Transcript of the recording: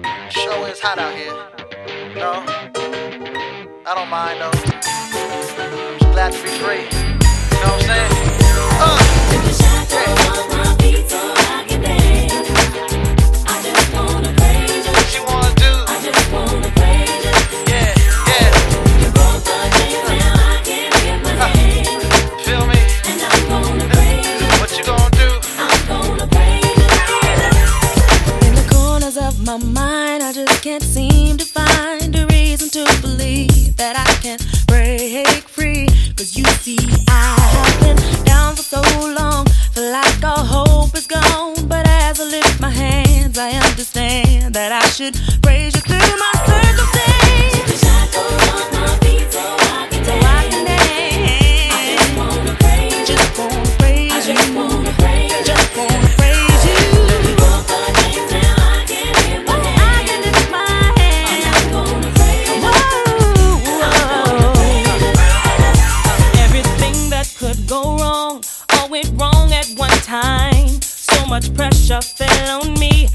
when it's hot out here. No, I don't mind though. I'm just glad to be free. You know what I'm saying? Uh, what you wanna do? Yeah, yeah. Feel me? What you gonna do? In the corners of my mind, I just can't seem to find a reason to believe that I can break free. Cause you see, I have been down for so long, feel like all hope is gone. But as I lift my hands, I understand that I should praise you through my circumstance. So I can dance. Just wanna praise you. Just wanna praise you. I can lift my hands. Everything that could go wrong all went wrong at one time. So much pressure fell on me.